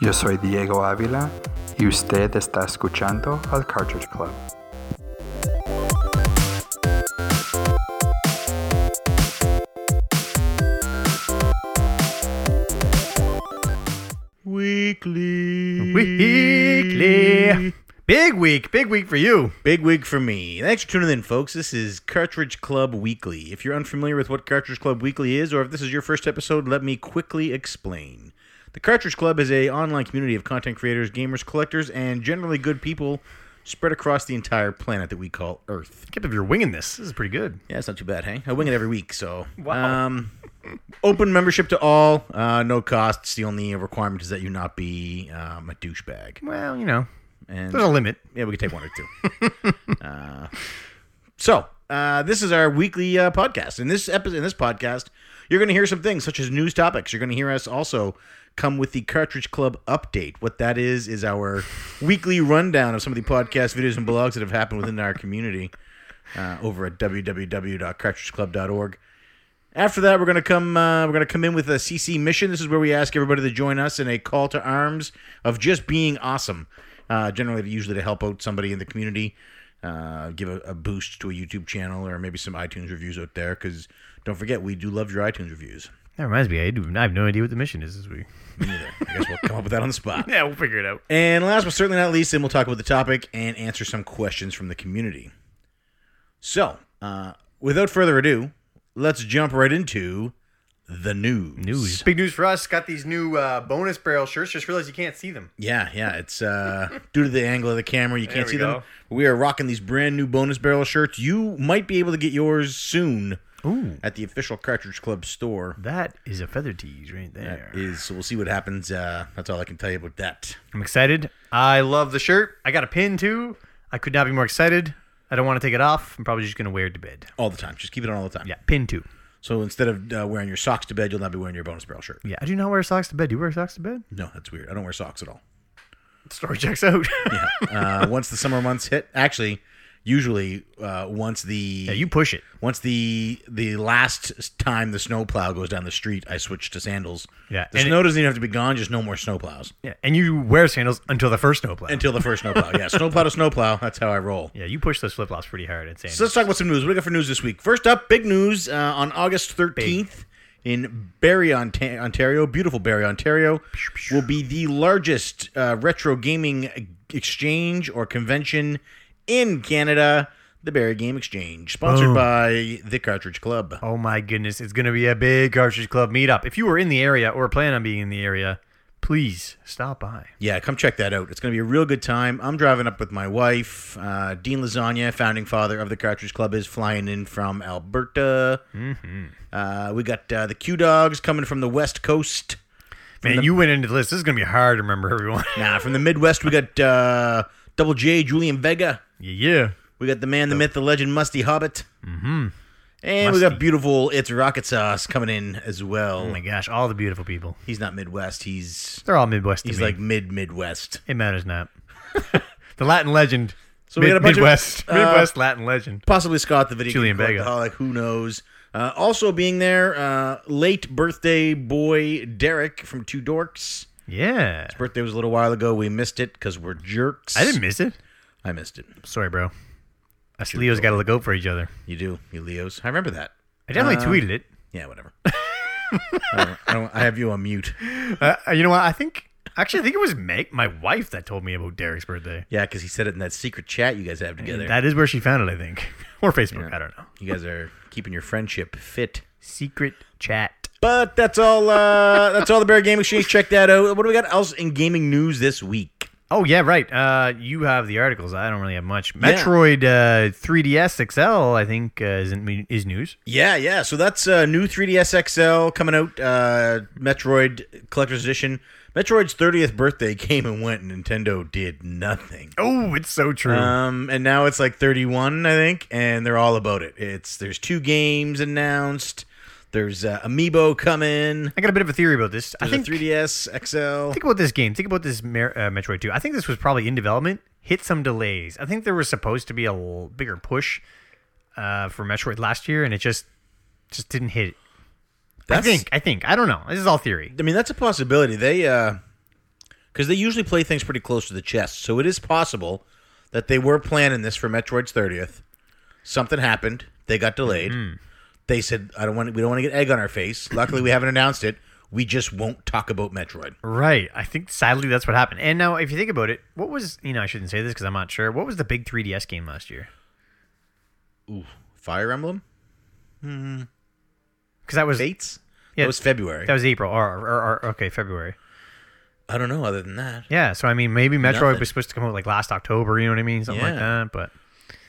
Yo soy Diego Ávila y usted está escuchando al Cartridge Club. Weekly. Weekly. Big week, big week for you. Big wig for me. Thanks for tuning in, folks. This is Cartridge Club Weekly. If you're unfamiliar with what Cartridge Club Weekly is, or if this is your first episode, let me quickly explain. The Cartridge Club is a online community of content creators, gamers, collectors, and generally good people spread across the entire planet that we call Earth. Can't believe you're winging this. This is pretty good. Yeah, it's not too bad, hey? I wing it every week, so. Wow. Um, open membership to all, uh, no costs. The only requirement is that you not be um, a douchebag. Well, you know, And there's a limit. yeah, we could take one or two. uh, so uh, this is our weekly uh, podcast. In this episode, in this podcast, you're going to hear some things such as news topics. You're going to hear us also come with the Cartridge Club update. What that is is our weekly rundown of some of the podcast videos and blogs that have happened within our community uh, over at www.cartridgeclub.org. After that, we're gonna come. Uh, we're gonna come in with a CC mission. This is where we ask everybody to join us in a call to arms of just being awesome. Uh, generally, usually to help out somebody in the community, uh, give a, a boost to a YouTube channel or maybe some iTunes reviews out there. Because don't forget, we do love your iTunes reviews. That reminds me, I, do, I have no idea what the mission is this week. Me neither. I guess we'll come up with that on the spot. Yeah, we'll figure it out. And last but certainly not least, then we'll talk about the topic and answer some questions from the community. So, uh, without further ado, let's jump right into the news. News. Big news for us. Got these new uh, bonus barrel shirts. Just realized you can't see them. Yeah, yeah. It's uh, due to the angle of the camera, you can't we see them. go. We are rocking these brand new bonus barrel shirts. You might be able to get yours soon Ooh, at the official Cartridge Club store. that is a feather tease right there. That is, so we'll see what happens. Uh, that's all I can tell you about that. I'm excited. I love the shirt. I got a pin too. I could not be more excited. I don't want to take it off. I'm probably just going to wear it to bed. All the time. Just keep it on all the time. Yeah, pin too. So instead of uh, wearing your socks to bed, you'll not be wearing your bonus barrel shirt. Yeah, I do not wear socks to bed. Do you wear socks to bed? No, that's weird. I don't wear socks at all. Story checks out. Yeah. uh, once the summer months hit, actually, usually uh, once the yeah, you push it. once the the last time the snowplow goes down the street, I switch to sandals. Yeah, the and snow doesn't even have to be gone; just no more snowplows Yeah, and you wear sandals until the first snowplow. until the first snowplow. Yeah, snowplow to snowplow. That's how I roll. yeah, you push those flip flops pretty hard at sandals. So let's talk about some news. What do we got for news this week? First up, big news uh, on August 13th in Barrie, Onta- Ontario, beautiful Barrie, Ontario, will be the largest uh, retro gaming exchange or convention in Canada, the Barrie Game Exchange, sponsored Boom. by the Cartridge Club. Oh my goodness, it's going to be a big Cartridge Club meetup. If you were in the area or plan on being in the area, please stop by. Yeah, come check that out. It's going to be a real good time. I'm driving up with my wife. Uh, Dean Lasagna, founding father of the Cartridge Club, is flying in from Alberta. Mm-hmm. Uh, we got uh, the Q Dogs coming from the West Coast. Man, you went into the list. This is going to be hard to remember everyone. Nah, from the Midwest, we got uh, Double J, Julian Vega. yeah, yeah. We got the man, the myth, the legend, Musty Hobbit. Mm-hmm. And we Musty. got beautiful It's Rocket Sauce coming in as well. Oh my gosh, all the beautiful people. he's not Midwest. He's They're all Midwest. To he's me. like mid Midwest. it matters not. the Latin legend. So we got a bunch of, Midwest, uh, Midwest Latin legend. Possibly Scott, the video Julian game Vega. alcoholic, Who knows? Uh, also being there, uh, late birthday boy Derek from Two Dorks. Yeah, Birthday was a little while ago. We missed it because we're jerks. I didn't miss it. I missed it. Sorry, bro. Us Leos got to look out for each other. You do, you Leos. I remember that. I Uh, definitely tweeted it. Yeah, whatever. I, don't, I, don't- I have you on mute. Uh, you know what? I think actually, I think it was Meg, my wife, that told me about Derek's birthday. Yeah, because he said it in that secret chat you guys have together. That is where she found it, I think, or Facebook. I don't know. you guys are keeping your friendship fit. Secret chat. But that's all. Uh, that's all the Bear Game Exchange. Check that out. What do we got else in gaming news this week? Oh yeah, right. Uh, you have the articles. I don't really have much. Metroid uh, 3DS XL, I think, uh, isn't is news. Yeah, yeah. So that's uh, new 3DS XL coming out. Uh, Metroid Collector's Edition. Metroid's 30th birthday came and went, and Nintendo did nothing. Oh, it's so true. Um, and now it's like 31, I think, and they're all about it. It's there's two games announced. There's uh, Amiibo coming. I got a bit of a theory about this. I There's think a 3DS XL. think about this game. Think about this Mer- uh, Metroid 2. I think this was probably in development, hit some delays. I think there was supposed to be a l- bigger push uh, for Metroid last year, and it just just didn't hit. It. I That's- think. I think. I don't know. This is all theory. I mean, that's a possibility. They uh, because they usually play things pretty close to the chest. So it is possible that they were planning this for Metroid's 30th. Something happened. They got delayed. Mm-hmm. They said, "I don't want. We don't want to get egg on our face." Luckily, we haven't announced it. We just won't talk about Metroid. Right. I think sadly that's what happened. And now, if you think about it, what was you know I shouldn't say this because I'm not sure. What was the big 3DS game last year? Ooh, Fire Emblem Because that was Fates. Yeah. That was February. that was April or, or, or okay February. I don't know. Other than that, Yeah. So I mean, maybe Metroid Nothing. was supposed to come out like last October. You know what I mean? Something like Yeah. Hmm. that.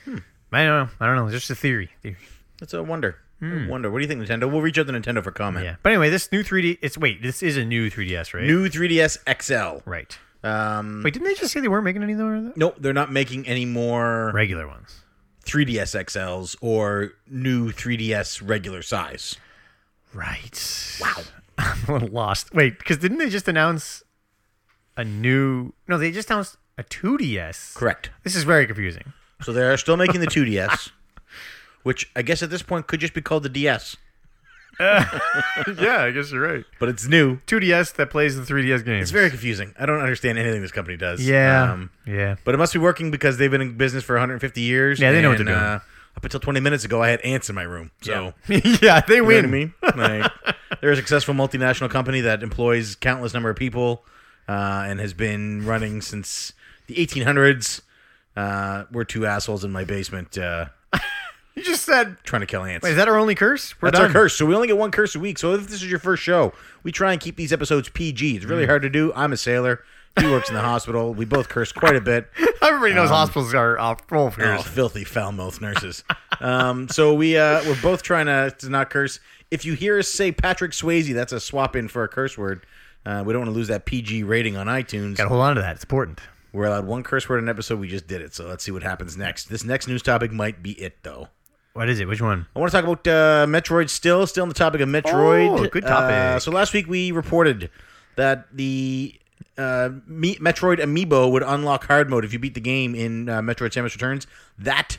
But I don't know. I don't know. It's just a theory. theory. that's a wonder. A wonder. What do you think, Nintendo? We'll reach out to Nintendo for comment. Hmm. Yeah. But anyway, this new 3D. It's wait. This is a new 3DS, right? New 3DS XL. Right. Um, Wait, didn't they just say they weren't making any more of those? no, they're not making any more Regular ones. 3DS XLs or new 3DS regular size. Right. Wow. I'm a little lost. Wait, because didn't they just announce a new? No, they just announced a 2DS. Correct. This is very confusing. So they're still making the 2DS, which I guess at this point could just be called the DS, yeah, I guess you're right. but it's new. 2DS that plays the 3DS games. It's very confusing. I don't understand anything this company does. Um, Yeah. yeah. but it must be working because they've been in business for 150 years. Yeah, they know what and, they're doing. Uh, up until 20 minutes ago, I had ants in my room. So yeah, they You win. know what I mean? Like, they're a successful multinational company that employs countless number of people uh, and has been running since the 1800s. Uh, we're two assholes in my basement uh, You just said. trying to kill ants. Wait, is that our only curse? We're That's done. our curse. So we only get one curse a week. So if this is your first show, we try and keep these episodes PG. It's Mm. really hard to do. I'm a sailor. He works in the hospital. We both curse quite a bit. Everybody knows hospitals are uh, full of Oh, curse. filthy foul mouth nurses. um, so we uh, we're both trying to, to not curse. If you hear us say Patrick Swayze, that's a swap in for a curse word. Uh, we don't want to lose that PG rating on iTunes. Gotta hold on to that. It's important. We're allowed one curse word in an episode. We just did it. So let's see what happens next. This next news topic might be it though. What is it? Which one? I want to talk about uh, Metroid still, still on the topic of Metroid. Oh, good topic. Uh, so last week we reported that the uh, Me- Metroid Amiibo would unlock hard mode if you beat the game in uh, Metroid Samus Returns. That,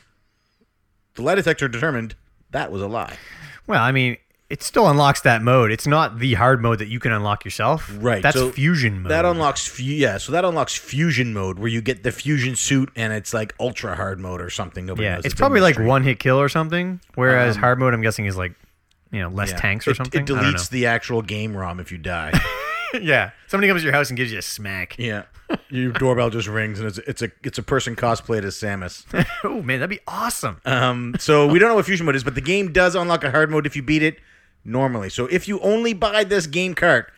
the lie detector determined that was a lie. Well, I mean, it still unlocks that mode. It's not the hard mode that you can unlock yourself. Right, That's so fusion mode. That unlocks, fu- yeah, so that unlocks fusion mode where you get the fusion suit and it's like ultra hard mode or something. Nobody Yeah, knows. it's a probably big like mystery. one hit kill or something. Whereas Um, hard mode, I'm guessing, is like you know less Yeah. tanks or It- something. It I don't deletes the actual game ROM if you die. know. yeah, somebody comes to your house and gives you a smack. Yeah, your doorbell just rings, and it's it's a it's a person cosplayed as Samus. oh man, that'd be awesome. Um, so we don't know what fusion mode is, but the game does unlock a hard mode if you beat it normally. So if you only buy this game cart,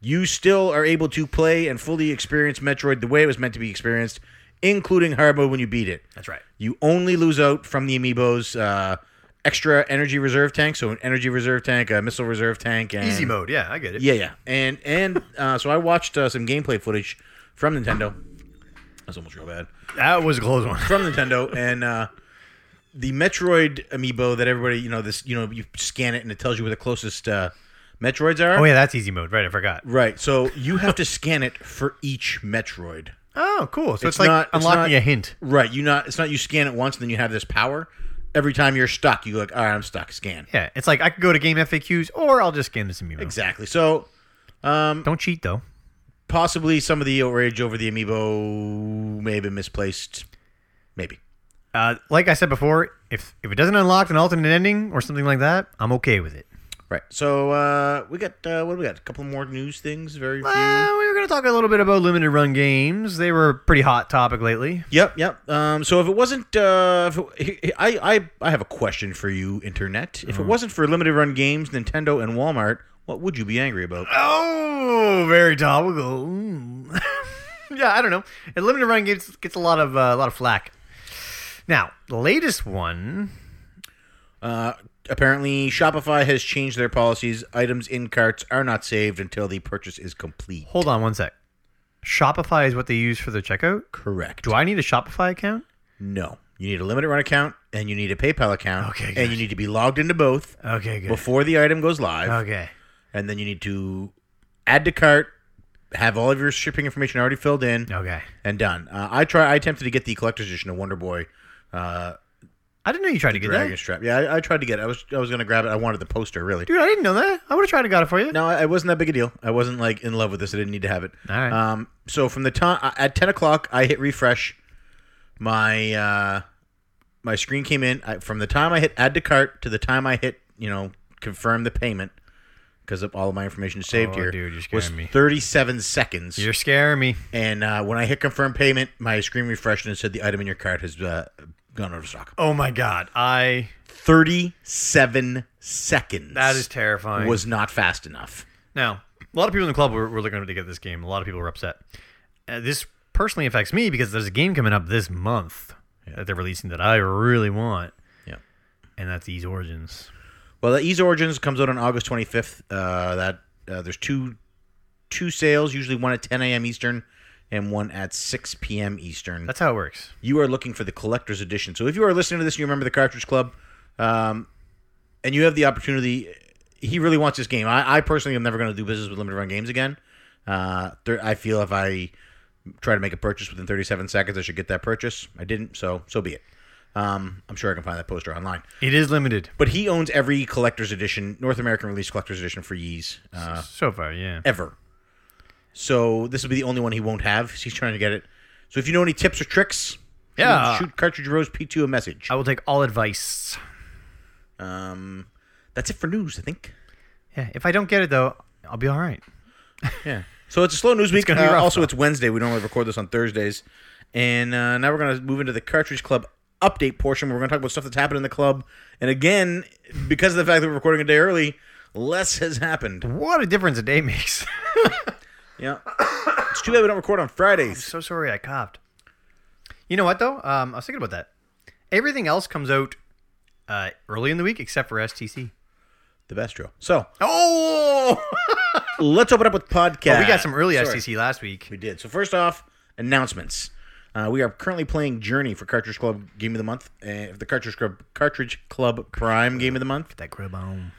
you still are able to play and fully experience Metroid the way it was meant to be experienced, including hard mode when you beat it. That's right. You only lose out from the amiibos. Uh, Extra energy reserve tank, so an energy reserve tank, a missile reserve tank, and Easy mode. Yeah, I get it. yeah, yeah, and and uh, so I watched uh, some gameplay footage from Nintendo. That's almost real bad that was a close one. from Nintendo, and uh, the Metroid amiibo that everybody you know this you know you scan it and it tells you where the closest uh, Metroids are. Oh yeah, that's easy mode. Right, I forgot. Right, so you have to scan it for each Metroid. Oh, cool. So it's, It's like not- it's unlocking not- a hint. Right, you not it's not you scan it once and then you have this power. Every time you're stuck, you go like, all right, I'm stuck. Scan Yeah, it's like I could go to game FAQs or I'll just scan this amiibo. exactly. So Don't cheat though. possibly some of the outrage over the amiibo may have been misplaced. Maybe. Uh, like I said before, if if it doesn't unlock an alternate ending or something like that, I'm okay with it. Right. So uh, we got uh, what do we got? A couple more news things. Very few. Uh, we were going to talk a little bit about limited run games. They were a pretty hot topic lately. Yep. Yep. Um, so if it wasn't, uh, if it- I, I I have a question for you, internet. Mm. If it wasn't for limited run games, Nintendo, and Walmart, what would you be angry about? Oh, very topical. Mm. yeah, I don't know. And limited run games gets a lot of uh, a lot of flack. Now, the latest one. Uh, apparently, Shopify has changed their policies. Items in carts are not saved until the purchase is complete. Hold on one sec. Shopify is what they use for their checkout. Correct. Do I need a Shopify account? No. You need a limited run account, and you need a PayPal account, Okay, and you need to be logged into both Okay, good. before the item goes live. Okay. and then you need to add to cart, have all of your shipping information already filled in, Okay. and done. Uh, I try. I attempted to get the collector's edition of Wonder Boy. Uh, I didn't know you tried to get Dragon's that, Trap. Yeah, I, I tried to get. It. I was I was gonna grab it. I wanted the poster really. dude. I didn't know that. I would have tried to got it for you. No, I I wasn't that big a deal. I wasn't like in love with this. I didn't need to have it. All right. Um, so from the time at ten o'clock, I hit refresh. My uh, my screen came in. I, from the time I hit add to cart to the time I hit you know confirm the payment because of all of my information is saved Oh, here dude, you're was scaring me. thirty seven seconds. You're scaring me. and uh, when I hit confirm payment, my screen refreshed and it said the item in your cart has uh, gone out of stock. Oh my god, I Thirty seven seconds. that is terrifying. was not fast enough. Now, a lot of people in the club were, were looking to get this game. A lot of people were upset. Uh, this personally affects me because there's a game coming up this month uh, that they're releasing that I really want. Yeah. And that's Ease Origins. Well, the Ease Origins comes out on August 25th. Uh, that uh, there's two two sales, usually one at 10 a.m. Eastern and one at 6 p.m. Eastern. That's how it works. you are looking for the collector's edition. So if you are listening to this and you remember the Cartridge Club, um, and you have the opportunity, he really wants this game. I, I personally am never going to do business with limited run games again. Uh, thir- I feel if I try to make a purchase within 37 seconds, I should get that purchase. I didn't, so so be it. Um, I'm sure I can find that poster online. It is limited But he owns every collector's edition, North American release collector's edition for Yeez uh, so far, yeah. ever. So this will be the only one he won't have. so He's trying to get it. So if you know any tips or tricks, shoot- Yeah. shoot Cartridge Rose P2 a message. I will take all advice. Um, that's it for news, I think. Yeah, if I don't get it though, I'll be all right. Yeah. So it's a slow news week. gonna be Uh, rough, also, though. it's Wednesday. We normally record this on Thursdays, and uh, now we're gonna move into the Cartridge Club update portion. Where we're gonna talk about stuff that's happened in the club, and again, because of the fact that we're recording a day early, less has happened. What a difference a day makes. Yeah. it's too bad we don't record on Fridays. so sorry I copped. You know what though? Um, I was thinking about that. Everything else comes out uh, early in the week except for STC. The best drill. So Oh, let's open up with podcast. we got some early Ah, E Sorry. STC last week. We did. So first off, announcements. Uh, we are currently playing Journey for Cartridge Club Game of the Month, uh, the Cartridge Club Cartridge Club Prime Game of the Month, That crib on.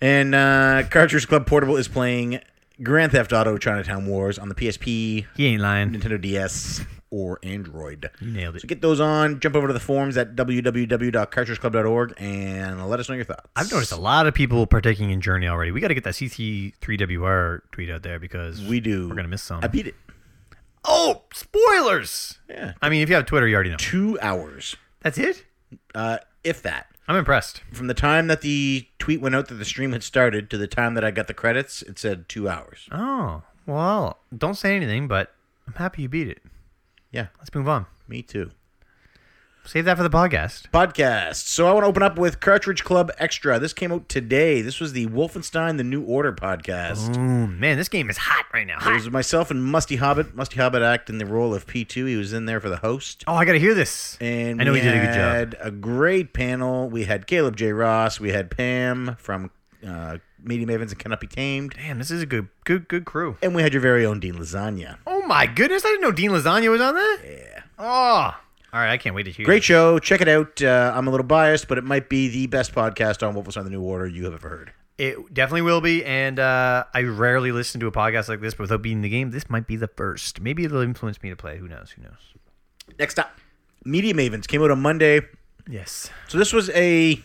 and uh, Cartridge Club Portable is playing Grand Theft Auto Chinatown Wars on the PSP, He ain't lying. Nintendo DS, or Android. You nailed it. So get those on. Jump over to the forums at www.cartridgeclub.org and let us know your thoughts. I've noticed a lot of people partaking in Journey already. We got to get that CC3WR tweet out there because we do. We're gonna miss some. I beat it. oh, spoilers! Yeah, I mean, if you have Twitter, you already know. two hours, That's it. uh, if that. I'm impressed. from the time that the tweet went out that the stream had started to the time that I got the credits, it said two hours. Oh well, don't say anything, but I'm happy you beat it. Yeah, Let's move on. me too. Save that for the podcast. Podcast. So I want to open up with Cartridge Club Extra. This came out today. This was the Wolfenstein: The New Order podcast. Ooh, man, this game is hot right now. It Hot. was myself and Musty Hobbit. Musty Hobbit acted in the role of P2. He was in there for the host. Oh, I gotta hear this. And I know we he did a good job. had a great panel. We had Caleb J. Ross. We had Pam from uh, Media Mavens and Cannot Be Tamed. Damn, this is a good, good, good crew. And we had your very own Dean Lasagna. Oh my goodness, I didn't know Dean Lasagna was on that. Yeah. Oh, all right, I can't wait to hear. Great this. show. Check it out. Uh, I'm a little biased, but it might be the best podcast on Wolfenstein the New Order you have ever heard. It definitely will be, and uh, I rarely listen to a podcast like this without beating the game. This might be the first. Maybe it'll influence me to play. Who knows? Who knows? Next up, Media Mavens came out on Monday. Yes. So this was a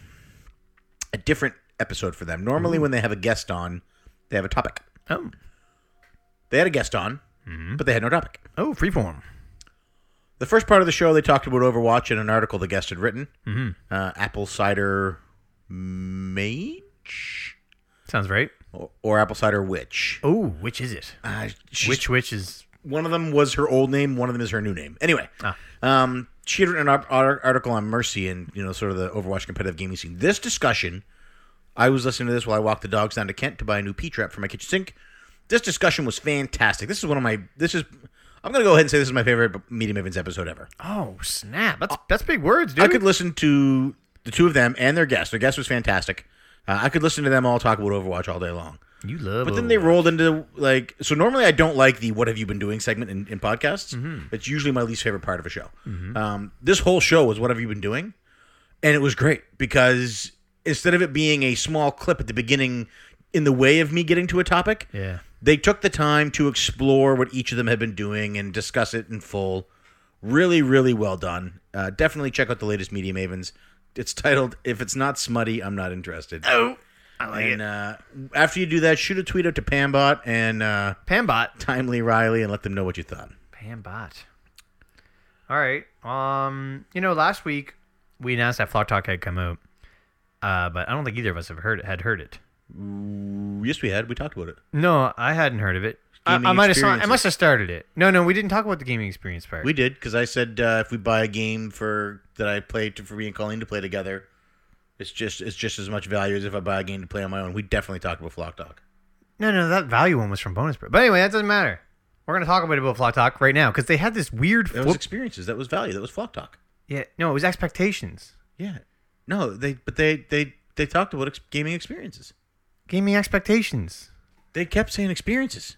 a different episode for them. Normally, when they have a guest on, they have a topic. Oh, They had a guest on, but they had no topic. oh, freeform. The first part of the show, they talked about Overwatch and an article the guest had written. Uh, apple cider mage Sounds right. or, or apple cider witch. Oh, which is it? Uh, she's Which which is? One of them was her old name. One of them is her new name. Anyway, Ah. um, she had written an ar- ar- article on Mercy and you know sort of the Overwatch competitive gaming scene. This discussion, I was listening to this while I walked the dogs down to Kent to buy a new P trap for my kitchen sink. This discussion was fantastic. This is one of my. This is. I'm gonna go ahead and say this is my favorite Medium Evans episode ever. Oh snap! That's that's big words, dude. I could listen to the two of them and their guest. Their guest was fantastic. Uh, I could listen to them all talk about Overwatch all day long. you love. But then they rolled into like so. Normally, I don't like the "What have you been doing?" segment in, in podcasts. It's usually my least favorite part of a show. Um, this whole show was "What have you been doing?" and it was great because instead of it being a small clip at the beginning in the way of me getting to a topic, Yeah. they took the time to explore what each of them had been doing and discuss it in full. Really, really well done. Uh, definitely check out the latest Media Mavens. It's titled "If It's Not Smutty, I'm Not Interested." Oh, I like and it. uh, after you do that, shoot a tweet out to Pambot and uh, Pambot. Timely Riley and let them know what you thought. Pambot. All right. Um, you know, last week we announced that Flock Talk had come out, uh, but I don't think either of us have heard had heard it. Yes, we had. We talked about it. No, I hadn't heard of it. I, Gaming I might have. saw- I experiences. must have started it. No, no, we didn't talk about the gaming experience part. We did because I said uh, if we buy a game for that I play to, for me and Colleen to play together, it's just it's just as much value as if I buy a game to play on my own. We definitely talked about Flock Talk. No, no, that value one was from bonus. Bro. But anyway, that doesn't matter. We're gonna talk a bit about Flock Talk right now because they had this weird. That was flip- experiences. That was value. That was Flock Talk. yeah, no, it was expectations. Yeah. No, they but they they they talked about ex- gaming experiences. Gaming expectations. They kept saying experiences.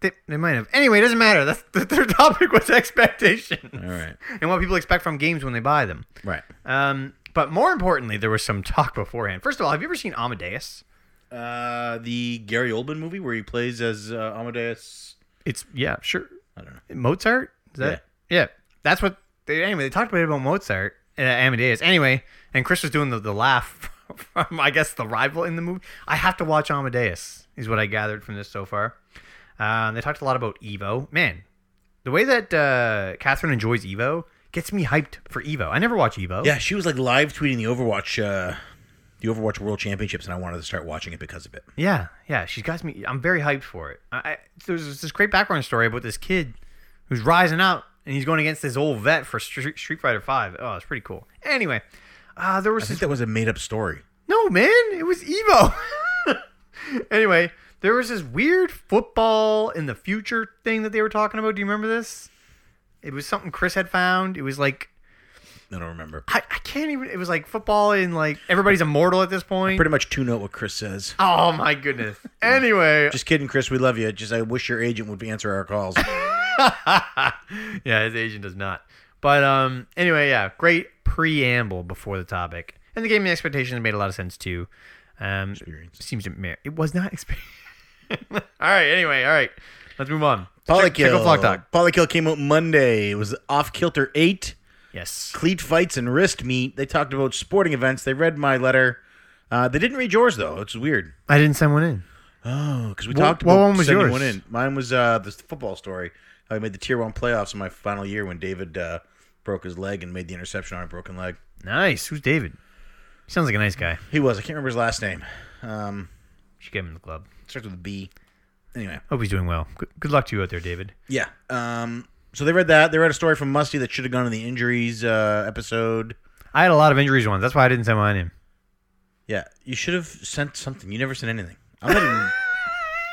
They, they might have. Anyway, it doesn't matter. That's, the third topic was expectations All right. and what people expect from games when they buy them. Right. Um, but more importantly, there was some talk beforehand. First of all, have you ever seen Amadeus? Uh, the Gary Oldman movie where he plays as uh, Amadeus. It's yeah, sure. I don't know. Mozart? Is that yeah. That's what they anyway, they talked a bit about Mozart uh, Amadeus. Anyway, and Chris was doing the, the laugh from I guess the rival in the movie. I have to watch Amadeus, is what I gathered from this so far. Um, they talked a lot about Evo. Man, the way that uh, Catherine enjoys Evo gets me hyped for Evo. I never watch Evo. Yeah, she was like live tweeting the Overwatch, uh, the Overwatch World Championships, and I wanted to start watching it because of it. Yeah, yeah, she's got me. I'm very hyped for it. I, I, there's this great background story about this kid who's rising up, and he's going against this old vet for Street, Street Fighter Five. Oh, it's pretty cool. Anyway, uh, there was I think this, that was a made up story. no man. It was Evo. anyway, there was this weird football in the future thing that they were talking about. Do you remember this? It was something Chris had found. It was like I don't remember. I, I can't even. It was like football in like everybody's immortal at this point. Pretty much tune out what Chris says. oh my goodness. anyway, Just kidding, Chris. We love you. Just I wish your agent would answer our calls. yeah, his agent does not. But um, anyway, yeah, great preamble before the topic, and the gaming expectations made a lot of sense too. Um, Experience. seems to mer- it was not experience. all right. Anyway, all right. Let's move on. Check- check out Flock Polykill. Talk. Polykill came out Monday. It was off kilter eight. Yes. cleat fights and wrist meet. They talked about sporting events. They read my letter. Uh, they didn't read yours though. It's weird. I didn't send one in. Oh, because we Wha- talked what about one was sending yours? one in. Mine was uh, the football story. How I made the tier one playoffs in my final year when David uh, broke his leg and made the interception on a broken leg. Nice. Who's David? He sounds like a nice guy. He was. I can't remember his last name. Um, Should get him in the club. starts with a B. Anyway, Hope he's doing well. Good, good luck to you out there, David. yeah. Um, so they read that. They read a story from Musty that should have gone in the injuries uh, episode. I had a lot of injuries once. That's why I didn't send mine in. Yeah, you should have sent something. You never sent anything. I'm not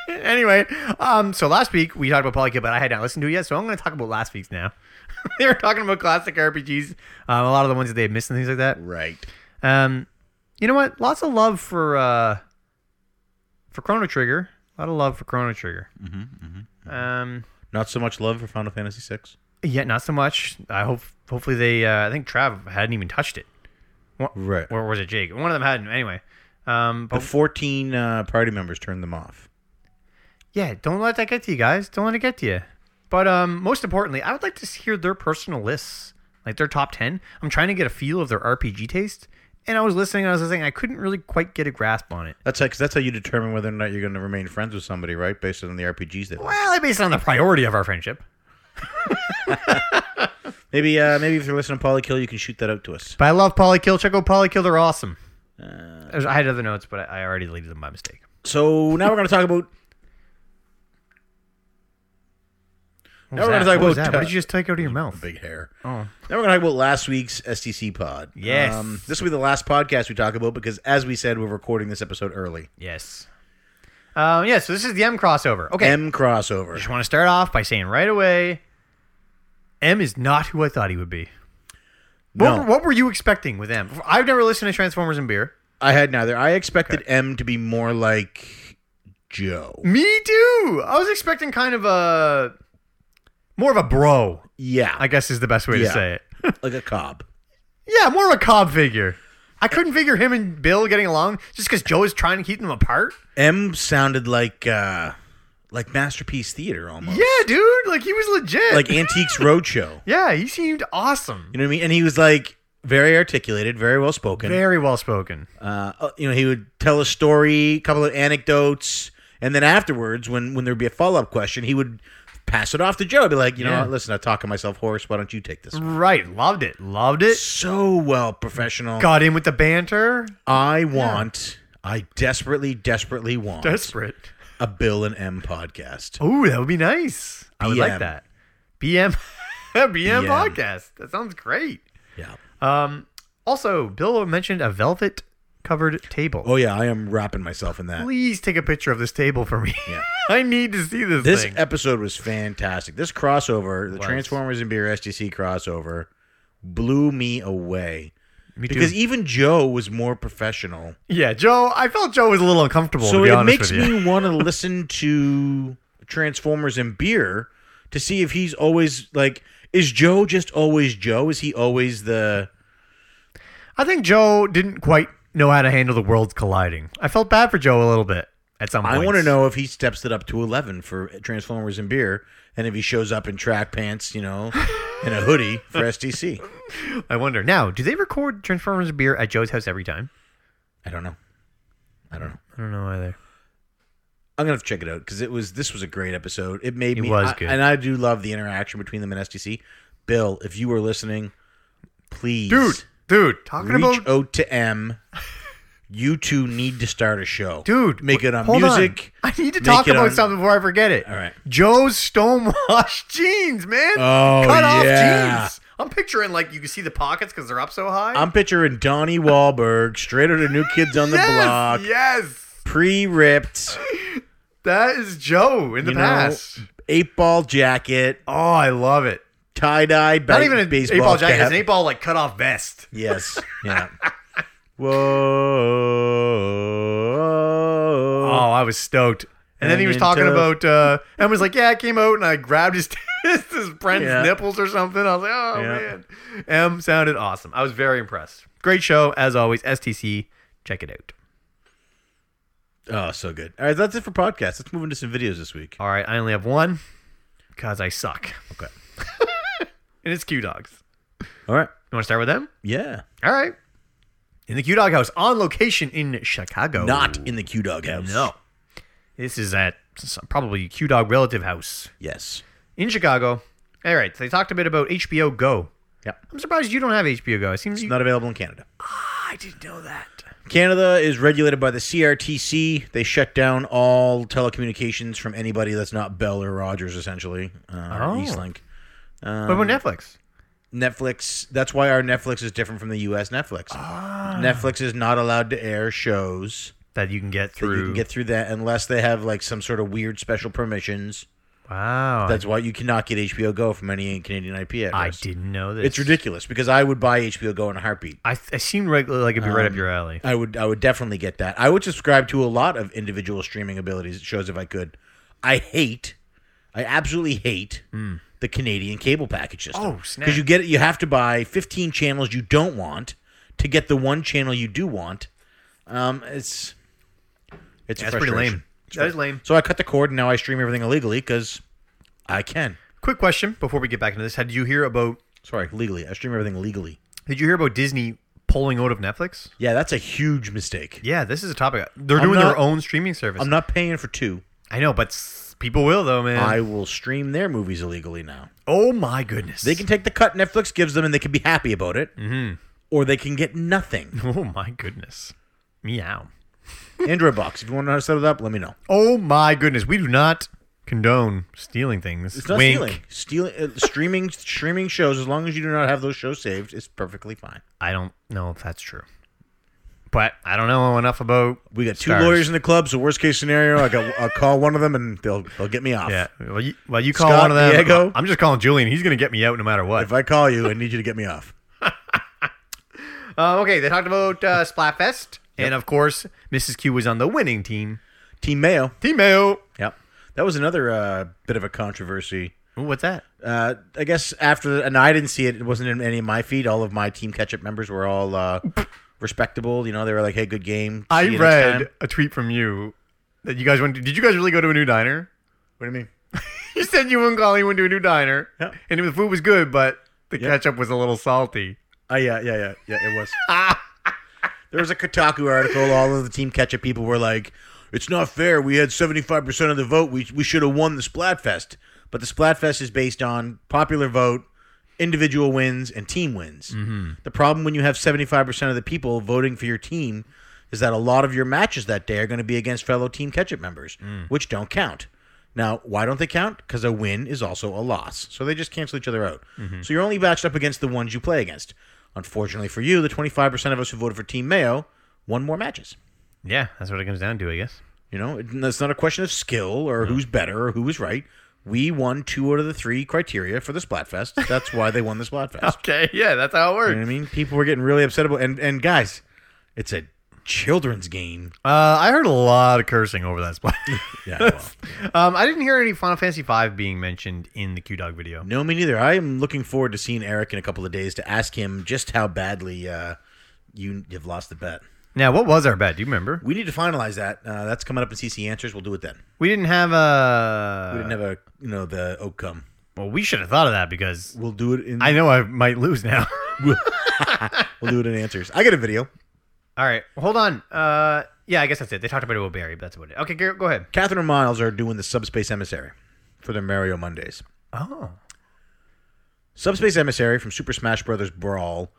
even. anyway, um, so last week we talked about Polycube, but I had not listened to it yet, so I'm going to talk about last week's now. they were talking about classic RPGs, um, a lot of the ones that they had missed and things like that. right. Um, you know what? Lots of love for uh, for Chrono Trigger. A lot of love for Chrono Trigger. Mm-hmm, Um, Not so much love for Final Fantasy VI. yeah, not so much. I hope. Hopefully, they. Uh, I think Trav hadn't even touched it, Right. or was it Jake? One of them hadn't. Anyway, um, The but 14 uh, party members turned them off. Yeah, don't let that get to you guys. Don't let it get to you. But um, most importantly, I would like to hear their personal lists, like their top ten. I'm trying to get a feel of their RPG taste, and I was listening. and I was listening. I couldn't really quite get a grasp on it. That's like, that's how you determine whether or not you're going to remain friends with somebody, right? Based on the RPGs they play. Well, I based it on the priority of our friendship. Maybe uh, maybe if you're listening to Polykill, you can shoot that out to us. But I love Polykill. Check out Polykill. They're awesome. Uh, There's- I had other notes, but I I already deleted them by mistake. So now we're going to talk about. What Now was we're that? gonna talk What was about, that? uh, What did you just take out of your mouth? Big hair. Oh. Now we're going to talk about last week's STC pod. Um, Yes. this will be the last podcast we talk about because, as we said, we're recording this episode early. Yes. Um, yeah. So this is the M crossover. Okay. M crossover. just want to start off by saying right away, M is not who I thought he would be. What, No. what were you expecting with M? I've never listened to Transformers and Beer. I had neither. I expected M to be more like Joe. Me too. I was expecting kind of a more of a bro. Yeah. I guess is the best way Yeah. to say it. like a cob. yeah, more of a Cobb figure. I couldn't figure him and Bill getting along just because Joe is trying to keep them apart. M sounded like uh like masterpiece theater almost. Yeah, dude. Like he was legit. Like Antiques Roadshow. yeah, he seemed awesome. You know what I mean? And he was like very articulated, very well spoken. Very well spoken. uh, you know, he would tell a story, a couple of anecdotes, and then afterwards, when when there'd be a follow up question, he would pass it off to Joe. I'd be like, you know, Yeah. what, listen, I'm talking myself hoarse. Why don't you take this? one?" Right. Loved it. Loved it. So well professional. Got in with the banter. I want, I desperately, desperately want Desperate. a Bill and M podcast. Ooh, that would be nice. I would BM. like that. BM. BM, BM. podcast. That sounds great. Yeah. Um. Also, Bill mentioned a velvet covered table. Oh yeah, I am wrapping myself in that. Please take a picture of this table for me. Yeah. I need to see this, This thing. episode was fantastic. This crossover, the Was. Transformers and Beer STC crossover, blew me away. me Because too. even Joe was more professional. yeah, Joe. I felt Joe was a little uncomfortable. to So be it honest makes with you. me want to listen to Transformers and Beer to see if he's always like, is Joe just always Joe? Is he always the. I think Joe didn't quite know how to handle the worlds colliding. I felt bad for Joe a little bit at some point. I want to know if he steps it up to 11 for Transformers and Beer and if he shows up in track pants, you know, and a hoodie for STC. I wonder now. Do they record Transformers beer at Joe's house every time? I don't know. I don't know. I don't know either. I'm gonna have to check it out because it was this was a great episode. It made It me was I- good. and I do love the interaction between them and STC. Bill, if you were listening, please, Dude, dude, talking reach about out to M. You two need to start a show, dude, Make it on hold music. I need to Make talk it on- about something before I forget it. All right. Joe's stonewashed jeans, man. Oh, cut off yeah. jeans. I'm picturing like you can see the pockets because they're up so high. I'm picturing Donnie Wahlberg straight out of New Kids on the yes, Block, Yes, pre-ripped, that is Joe in the you know, past. eight ball jacket, Oh, I love it. tie dye, Not even an baseball eight ball jacket. cap. It's an eight ball like cut off vest. Yes. Yeah. Whoa. Oh, I was stoked. And then he was And talking into- about, uh, and was like, yeah, I came out and I grabbed his, his friend's Yeah. nipples or something. I was like, oh, Yeah. man. M sounded awesome. I was very impressed. Great show, as always. STC, check it out. Oh, so good. All right, that's it for podcasts. Let's move into some videos this week. All right, I only have one because I suck. Okay. And it's Q Dogs. All right. You want to start with them? Yeah. All right. In the Q Dog House on location in Chicago. Not in the Q Dog house. No. This is at some, probably Q Dog relative house. Yes. in Chicago. All right, so they talked a bit about HBO Go. Yep. I'm surprised you don't have HBO Go. It seems you, Not available in Canada. Ah, I didn't know that. Canada is regulated by the CRTC. They shut down all telecommunications from anybody that's not Bell or Rogers, essentially, uh, or Oh. Eastlink. what about Netflix? Netflix. That's why our Netflix is different from the U.S. Netflix. Ah. Netflix is not allowed to air shows. That you can get that through. you can get through that unless they have like some sort of weird special permissions. wow, That's why you cannot get HBO Go from any Canadian IP address. I didn't know this. It's ridiculous because I would buy HBO Go in a heartbeat. I, I seemed right, like it'd be Um, right up your alley. I would I would definitely get that. I would subscribe to a lot of individual streaming abilities shows if I could. I hate I absolutely hate the Canadian cable package system. Hmm. Oh, snap. Because you get it you have to buy 15 channels you don't want to get the one channel you do want. Um it's it's a That's pretty frustration. lame. That is lame. So I cut the cord and now I stream everything illegally because I can. Quick question before we get back into this: Had you hear about? Sorry, legally. I stream everything legally. Did you hear about Disney pulling out of Netflix? Yeah, that's a huge mistake. Yeah, this is a topic. They're I'm doing not- their own streaming service. I'm not paying for two. I know, but s- people will though, man. I will stream their movies illegally now. oh my goodness! They can take the cut Netflix gives them and they can be happy about it. Mm-hmm. Or they can get nothing. Oh my goodness! Meow. Android box. If you want to know how to set it up, let me know. Oh my goodness, we do not condone stealing things. It's not Wink. stealing. Stealing uh, streaming streaming shows as long as you do not have those shows saved, it's perfectly fine. I don't know if that's true, but I don't know enough about. We got two Stars. lawyers in the club, so worst case scenario, I got I'll call one of them and they'll they'll get me off. Yeah, well, you, well, you call Scott, one of them. Diego? I'm just calling Julian. He's gonna get me out no matter what. If I call you, I need you to get me off. Uh, okay, they talked about uh, Splatfest, and of course, Mrs. Q was on the winning team. Team Mayo. Team Mayo. Yep. That was another uh, bit of a controversy. Ooh, what's that? Uh, I guess after, and I didn't see it. It wasn't in any of my feed. All of my team catch-up members were all uh, respectable. You know, they were like, "Hey, good game." See you I next time." read a tweet from you that you guys went. To, did you guys really go to a new diner? What do you mean? You said you wouldn't call anyone to a new diner, Yeah. and the food was good, but the Yeah. ketchup was a little salty. Uh, yeah, yeah, yeah, yeah. It was. there was a Kotaku article. All of the Team Ketchup people were like, "It's not fair. We had seventy five percent of the vote. We we should have won the Splatfest." But the Splatfest is based on popular vote, individual wins, and team wins. The problem when you have seventy five percent of the people voting for your team is that a lot of your matches that day are going to be against fellow Team Ketchup members, which don't count. Now, why don't they count? Because a win is also a loss. So they just cancel each other out. So you're only matched up against the ones you play against. Unfortunately for you, the 25% of us who voted for Team Mayo won more matches. Yeah, that's what it comes down to, I guess. You know, it- it's not a question of skill or who's better or who was right. We won two out of the three criteria for the Splatfest. That's why they won the Splatfest. Okay, yeah, that's how it You know what I works. mean? People were getting really upset about and and guys, it's a children's game. Uh, I heard a lot of cursing over that spot. Yeah. well. um, I didn't hear any Final Fantasy V being mentioned in the Q Dog video. No, me neither. I am looking forward to seeing Eric in a couple of days to ask him just how badly uh, you have lost the bet. Now, what was our bet? Do you remember? We need to finalize that. Uh, that's coming up in CC Answers. We'll do it then. We didn't have a. We didn't have a you know the outcome. Well, we should have thought of that because We'll do it in. I know I might lose now. we'll do it in answers. I got a video. All right, hold on. Uh, yeah, I guess that's it. They talked about it with Barry, but that's about it. Okay, Garrett, go ahead. Catherine and Miles are doing the Subspace Emissary for their Mario Mondays. Oh, Subspace Emissary from Super Smash Bros. Brawl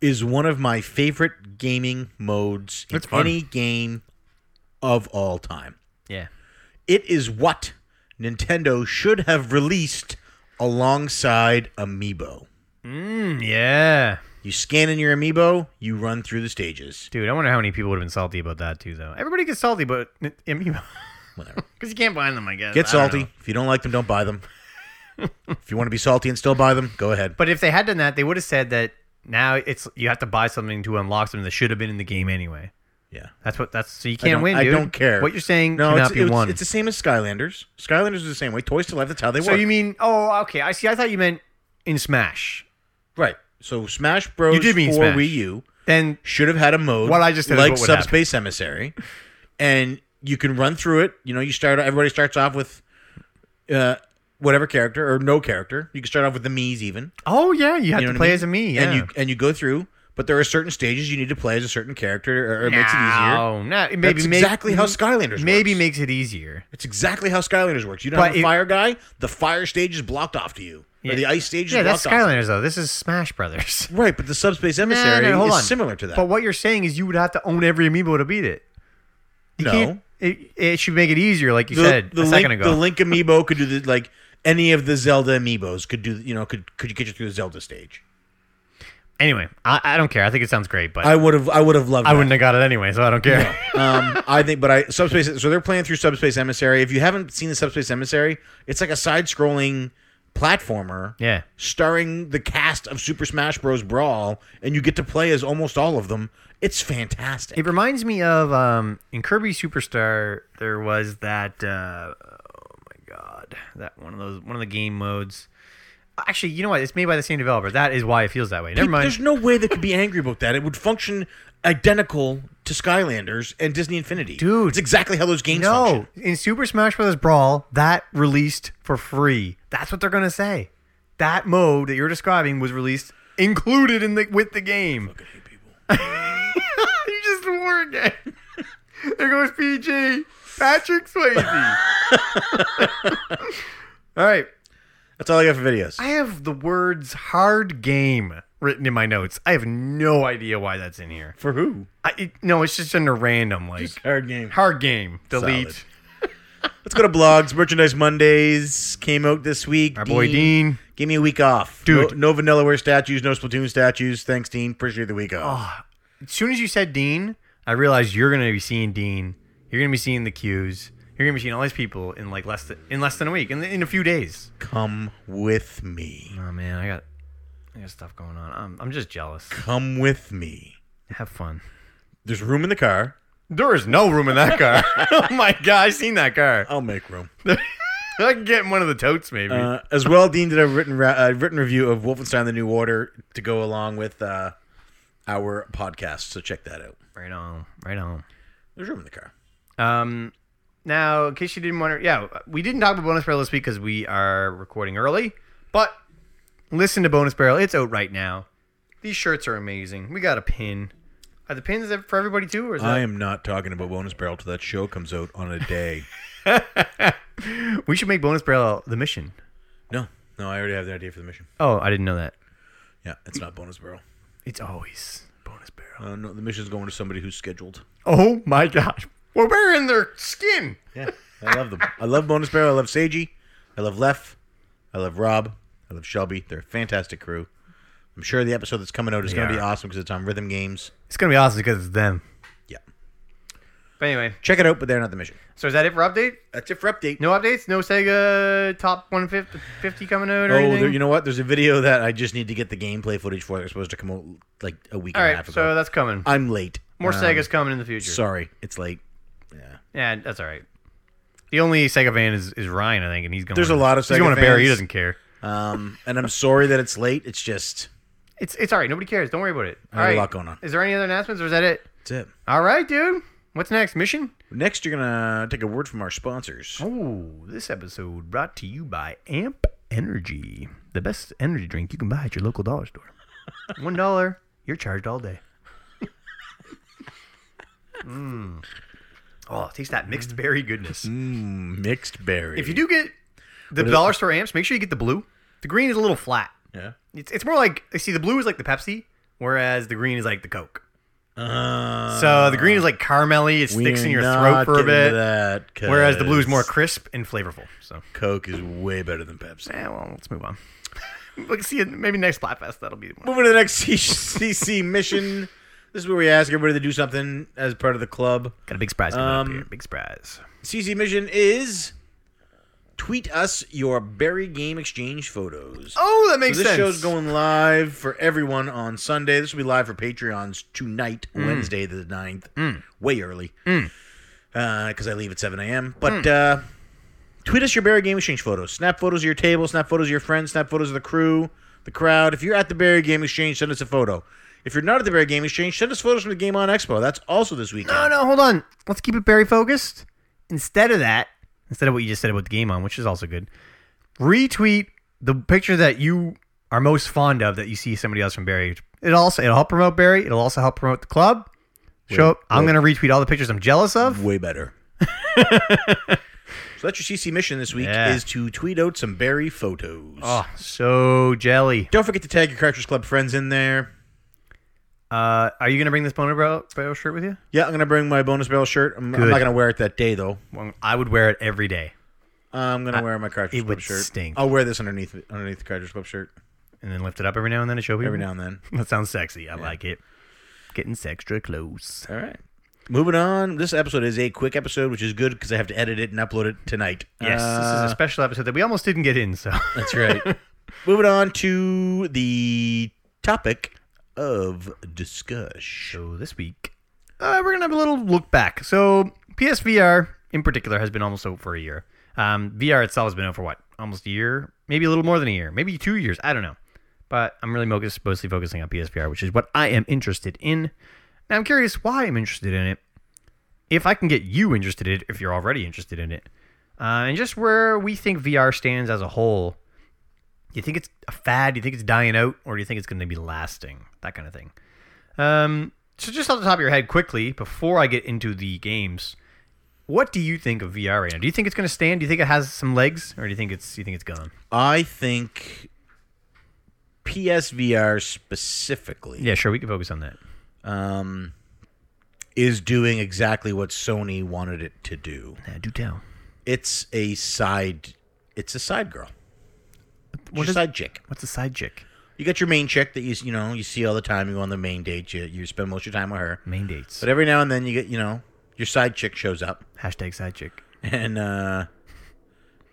is one of my favorite gaming modes in It's fun. any game of all time. yeah. It is what Nintendo should have released alongside Amiibo. Mm, yeah, You scan in your Amiibo, you run through the stages. dude. I wonder how many people would have been salty about that too, though. Everybody gets salty, but because Whatever. you can't find them, I guess. Get I don't salty. know. If you don't like them, don't buy them. if you want to be salty and still buy them, go ahead. But if they had done that, they would have said that now it's you have to buy something to unlock something that should have been in the game anyway. Yeah. That's what. That's so you I can't don't- win. I dude. don't care. What you're saying No, cannot it's, be it's, won. it's the same as Skylanders. Skylanders is the same way. Toys to Life, that's how they so work. you mean? Oh, okay. I see. I thought you meant in Smash. right. So Smash Bros. You did mean for Smash. Wii U Then should have had a mode What I just said is like what would happen. Subspace Emissary. And you can run through it. You know, you start everybody starts off with uh whatever character or no character. You can start off with the Mii's even. oh yeah, you have You know what to play I mean? as a me. Yeah. And you and you go through, but there are certain stages you need to play as a certain character or, or it makes it easier. No, no, maybe That's make- exactly how Skylanders maybe works. makes it easier. It's exactly how Skylanders works. You don't But have a it- fire guy, the fire stage is blocked off to you. Yeah. Or the ice stage is Yeah, blocked that's off. Skylanders though. This is Smash Brothers. Right, but the subspace No, emissary no, hold is on. similar to that. But what you're saying is you would have to own every amiibo to beat it. You No. can't- It, it should make it easier, like you the, said the a link, second ago. the Link amiibo could do the like any of the Zelda amiibos could do you know could could get you through the Zelda stage. Anyway, I, I don't care. I think it sounds great, but I, I would have I would have loved. that. wouldn't have got it anyway, so I don't care. um, I think, but I subspace. So they're playing through subspace emissary. If you haven't seen the subspace emissary, it's like a side-scrolling platformer, Yeah. starring the cast of Super Smash Bros. Brawl, and you get to play as almost all of them. It's fantastic. It reminds me of um, in Kirby Superstar. There was that. Uh, oh my god, that one of those one of the game modes. Actually, you know what? It's made by the same developer. That is why it feels that way. Never People- mind. There's no way they could be angry about that. It would function identical to Skylanders and Disney Infinity, Dude. It's exactly how those games No, function. in Super Smash Bros. Brawl, that released for free. That's what they're gonna say. That mode that you're describing was released included in the with the game. you just swore again. there goes PG Patrick Swayze. All right, That's all I got for videos. I have the words "hard game" written in my notes. I have no idea why that's in here. for who? I, it, no, it's just under random like Card game. hard game. Delete. Solid. Let's go to blogs. Merchandise Mondays came out this week. Our boy Dean. Give me a week off. Dude. No, no vanilla wear statues, no Splatoon statues. Thanks, Dean. Appreciate the week off. as soon as you said Dean, I realized you're gonna be seeing Dean. You're gonna be seeing the cues. You're gonna be seeing all these people in like less than in less than a week, in in a few days. Come with me. Oh man, I got I got stuff going on. I'm I'm just jealous. Come with me. Have fun. There's room in the car. There is no room in that car. oh my god, I seen that car. I'll make room. I can get in one of the totes maybe. Uh, as well, Dean did a written ra- uh, written review of Wolfenstein: The New Order to go along with uh, our podcast. So check that out. right on, right on. There's room in the car. Um, now, in case you didn't wonder, yeah, we didn't talk about Bonus Barrel this week because we are recording early, but listen to Bonus Barrel. It's out right now. These shirts are amazing. We got a pin. Are the pins that for everybody too, or is I am not talking about bonus barrel till that show comes out on a day. that we should make bonus barrel the mission? no, no, I already have the idea for the mission. Oh, I didn't know that. Yeah, it's not bonus barrel. It's always bonus barrel. Uh, no, the mission's going to somebody who's scheduled. Oh my gosh, we're wearing their skin. Yeah, I love them. I love bonus barrel. I love Seiji. I love Lef. I love Rob. I love Shelby. They're a fantastic crew. I'm sure the episode that's coming out is going to be are. awesome because it's on Rhythm Games. It's gonna be awesome because it's them. Yeah, But anyway, check it out, but they're not the mission. so is that it for update? That's it for update. No updates? No Sega top 150 coming out or Oh, anything? there, you know what? There's a video that I just need to get the gameplay footage for. They're supposed to come out like a week All and a right, half so ago. that's coming. I'm late. More Um, Sega's coming in the future. Sorry, it's late. Yeah. yeah, that's all right. The only Sega fan is, is Ryan, I think, and he's going. There's a lot of He's Sega going to Barry. He fans. doesn't care. Um, and I'm sorry that it's late. It's just It's it's all right. Nobody cares. Don't worry about it. I All got a right. lot going on. Is there any other announcements or is that it? that's it. All right, dude. What's next? Mission? Next, you're gonna take a word from our sponsors. Oh, this episode brought to you by Amp Energy, the best energy drink you can buy at your local dollar store. One dollar. You're charged all day. mm. Mmm. Oh, taste that mixed berry goodness. Mm, mixed berry. If you do get the dollar store amps, make sure you get the blue. The green is a little flat. yeah. It's it's more like see the blue is like the Pepsi, whereas the green is like the Coke. Uh, So the green is like caramelly. It sticks in your throat for a bit. bit. Whereas the blue is more crisp and flavorful. So, Coke is way better than Pepsi. eh, well, let's move on. Look, see, maybe next Splatfest that'll be. One. Moving to the next CC mission. This is where we ask everybody to do something as part of the club. Got a big surprise coming Um, up here. Big surprise. CC mission is tweet us your Berry Game Exchange photos. Oh, that makes So this sense. show's going live for everyone on Sunday. This will be live for Patreons tonight, Mm. Wednesday the 9th. Way early. Because I leave at 7 a.m. But Mm. uh, tweet us your Barry Game Exchange photos. Snap photos of your table. Snap photos of your friends. Snap photos of the crew, the crowd. If you're at the Barry Game Exchange, send us a photo. If you're not at the Barry Game Exchange, send us photos from the Game On Expo. That's also this weekend. No, no, hold on. Let's keep it Barry focused. Instead of that, instead of what you just said about the game on, which is also good, retweet the picture that you are most fond of that you see somebody else from Barry. It also it'll help promote Barry. It'll also help promote the club. Show up. I'm gonna retweet all the pictures I'm jealous of. Way better. so that's your CC mission this week Yeah. is to tweet out some Barry photos. Oh, so jelly. Don't forget to tag your Cartridge Club friends in there. Uh, are you gonna bring this boner barrel, barrel shirt with you? Yeah, I'm gonna bring my bonus barrel shirt. I'm, I'm Good. not gonna wear it that day though. Well, I would wear it every day, I'm gonna wear my Cartridge it Club would shirt. stink. I'll wear this underneath underneath the Cartridge Club shirt and then lift it up every now and then to show people. every now and then. That sounds sexy. I like it. Getting extra close. All right. Moving on. This episode is a quick episode, which is good because I have to edit it and upload it tonight. Yes, this is a Uh, special episode that we almost didn't get in. So that's right. Moving on to the topic of discussion. So this week, uh, we're gonna have a little look back. So PSVR in particular has been almost out for a year. Um, VR itself has been out for what, almost a year, maybe a little more than a year, maybe two years. I don't know. But I'm really focus- mostly focusing on PSVR, which is what I am interested in. Now I'm curious why I'm interested in it. If I can get you interested in it, if you're already interested in it, uh, and just where we think VR stands as a whole. Do you think it's a fad? Do you think it's dying out, or do you think it's going to be lasting? That kind of thing. Um, so just off the top of your head, quickly before I get into the games, what do you think of VR right now? Do you think it's going to stand? Do you think it has some legs, or do you think it's you think it's gone? I think PSVR specifically. Yeah, sure, we can focus on that. um, is doing exactly what Sony wanted it to do. Yeah, do tell. It's a side. It's a side girl. It's your is- side chick. What's the side chick? You got your main chick that you s- you know you see all the time. You go on the main date. You you spend most of your time with her. Main dates. But every now and then you get you know your side chick shows up Hashtag side chick. and uh,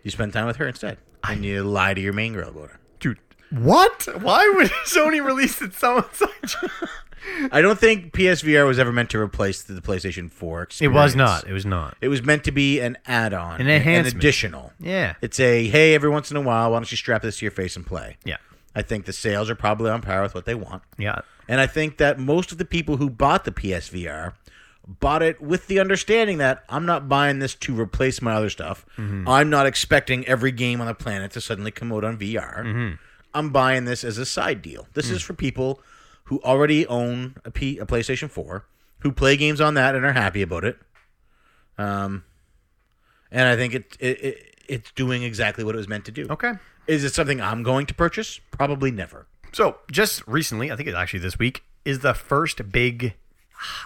you spend time with her instead. And you lie to your main girl about her. Dude, What? Why would Sony release it so much? I don't think PSVR was ever meant to replace the, the PlayStation 4 it experience. was not. It was not. It was meant to be an add-on, An an enhancement. additional. Yeah. It's a hey, every once in a while, why don't you strap this to your face and play? Yeah. I think the sales are probably on par with what they want. Yeah. And I think that most of the people who bought the PSVR bought it with the understanding that I'm not buying this to replace my other stuff. I'm not expecting every game on the planet to suddenly come out on VR. I'm buying this as a side deal. This is for people who already own a, P- a PlayStation 4, who play games on that and are happy about it. Um, and I think it, it, it it's doing exactly what it was meant to do. Okay. Is it something I'm going to purchase? Probably never. So just recently, I think it's actually this week, is the first big.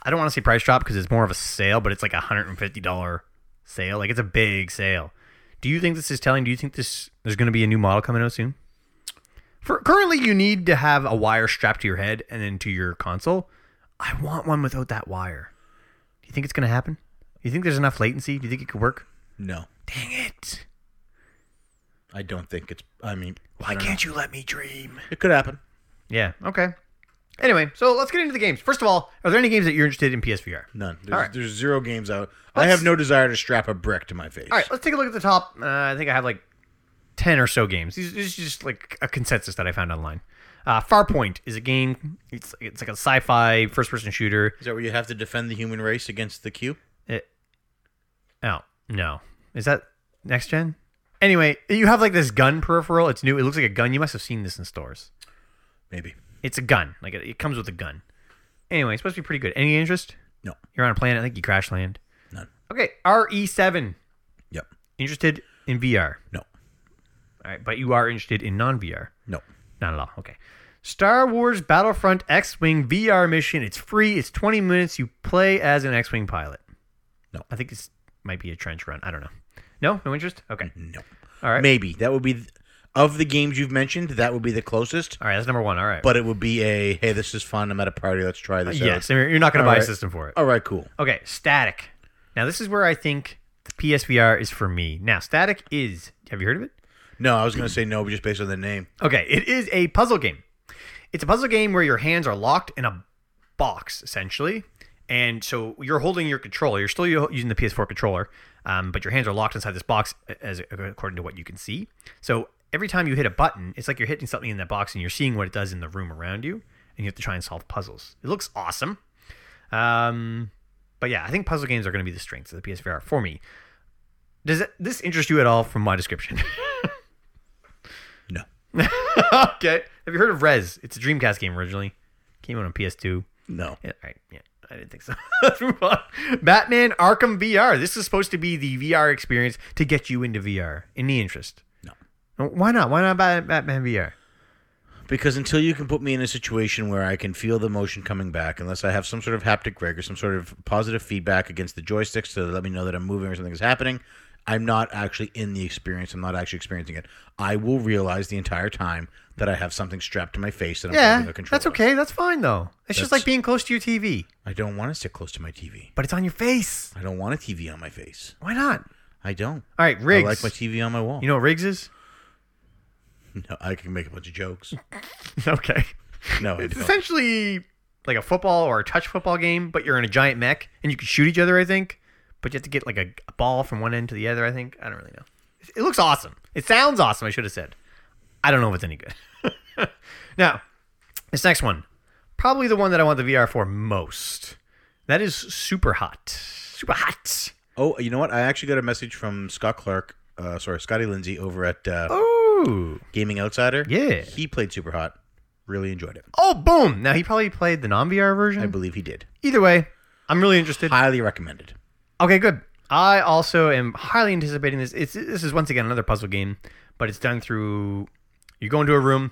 I don't want to say price drop because it's more of a sale, but it's like a hundred and fifty dollar sale. Like it's a big sale. Do you think this is telling? Do you think this there's going to be a new model coming out soon? For currently, you need to have a wire strapped to your head and then to your console. I want one without that wire. Do you think it's going to happen? Do you think there's enough latency? Do you think it could work? No, Dang it! I don't think it's. I mean, I Why don't know. can't you let me dream? It could happen. Yeah. Okay. Anyway, so let's get into the games. First of all, are there any games that you're interested in PSVR? None. There's, All right. there's zero games out. I Let's- have no desire to strap a brick to my face. All right, let's take a look at the top. Uh, I think I have like ten or so games. These, this is just like a consensus that I found online. Uh, Farpoint is a game. It's it's like a sci-fi first-person shooter. Is that where you have to defend the human race against the cube? It, oh no, is that next gen? Anyway, you have like this gun peripheral. It's new. It looks like a gun. You must have seen this in stores. Maybe. It's a gun. Like it, it comes with a gun. Anyway, it's supposed to be pretty good. Any interest? No. You're on a planet. I think you crash land. None. Okay, RE7. Yep. Interested in VR? No. All right, but you are interested in non-VR. No. Not at all. Okay. Star Wars Battlefront X Wing VR mission. It's free. It's 20 minutes. You play as an X Wing pilot. No. I think this might be a trench run. I don't know. No? No interest? Okay. No. All right. Maybe that would be th- of the games you've mentioned. That would be the closest. All right. That's number one. All right. But it would be a hey, this is fun. I'm at a party. Let's try this. out. yes. I mean, You're not going to buy All a right. system for it. All right. Cool. Okay. Static. Now, this is where I think the PSVR is for me. Now, Static is. Have you heard of it? No, I was gonna say no, but just based on the name. Okay, it is a puzzle game. It's a puzzle game where your hands are locked in a box, essentially. And so you're holding your controller. You're still u- using the PS4 controller, um, but your hands are locked inside this box, as according to what you can see. So every time you hit a button, it's like you're hitting something in that box, and you're seeing what it does in the room around you, and you have to try and solve puzzles. It looks awesome, um, but yeah, I think puzzle games are going to be the strength of the PSVR for me. Does it, this interest you at all from my description? No. okay. Have you heard of Res? It's a Dreamcast game originally. Came out on PS2. No. Yeah, all right. Yeah, I didn't think so. Let's move on. Batman Arkham VR. This is supposed to be the VR experience to get you into VR. Any interest? No. Why not? Why not Bat- Batman VR? Because until you can put me in a situation where I can feel the motion coming back, unless I have some sort of haptic rig or some sort of positive feedback against the joysticks to let me know that I'm moving or something is happening, I'm not actually in the experience. I'm not actually experiencing it. I will realize the entire time that I have something strapped to my face that I'm holding Yeah, a control. that's okay. That's fine though. It's just That's- like being close to your TV, I don't want to sit close to my TV. but it's on your face. I don't want a TV on my face. Why not? I don't. All right, Riggs. I like my TV on my wall. you know what Riggs is? no, I can make a bunch of jokes. okay. No, I It's don't. essentially like a football or a touch football game, but you're in a giant mech and you can shoot each other, I think. But you have to get like a, a ball from one end to the other, I think. I don't really know. It looks awesome. It sounds awesome, I should have said. I don't know if it's any good. now, this next one, probably the one that I want the VR for most. That is super hot. Super hot. Oh, you know what? I actually got a message from Scott Clark. Uh, sorry, Scotty Lindsay over at uh, Ooh. Gaming Outsider. Yeah. He played Super Hot. Really enjoyed it. Oh, boom. Now, he probably played the non VR I version. believe he did. Either way, I'm really interested. Highly recommended. Okay, good. I also am highly anticipating this. It's this is once again another puzzle game, but it's done through you go into a room,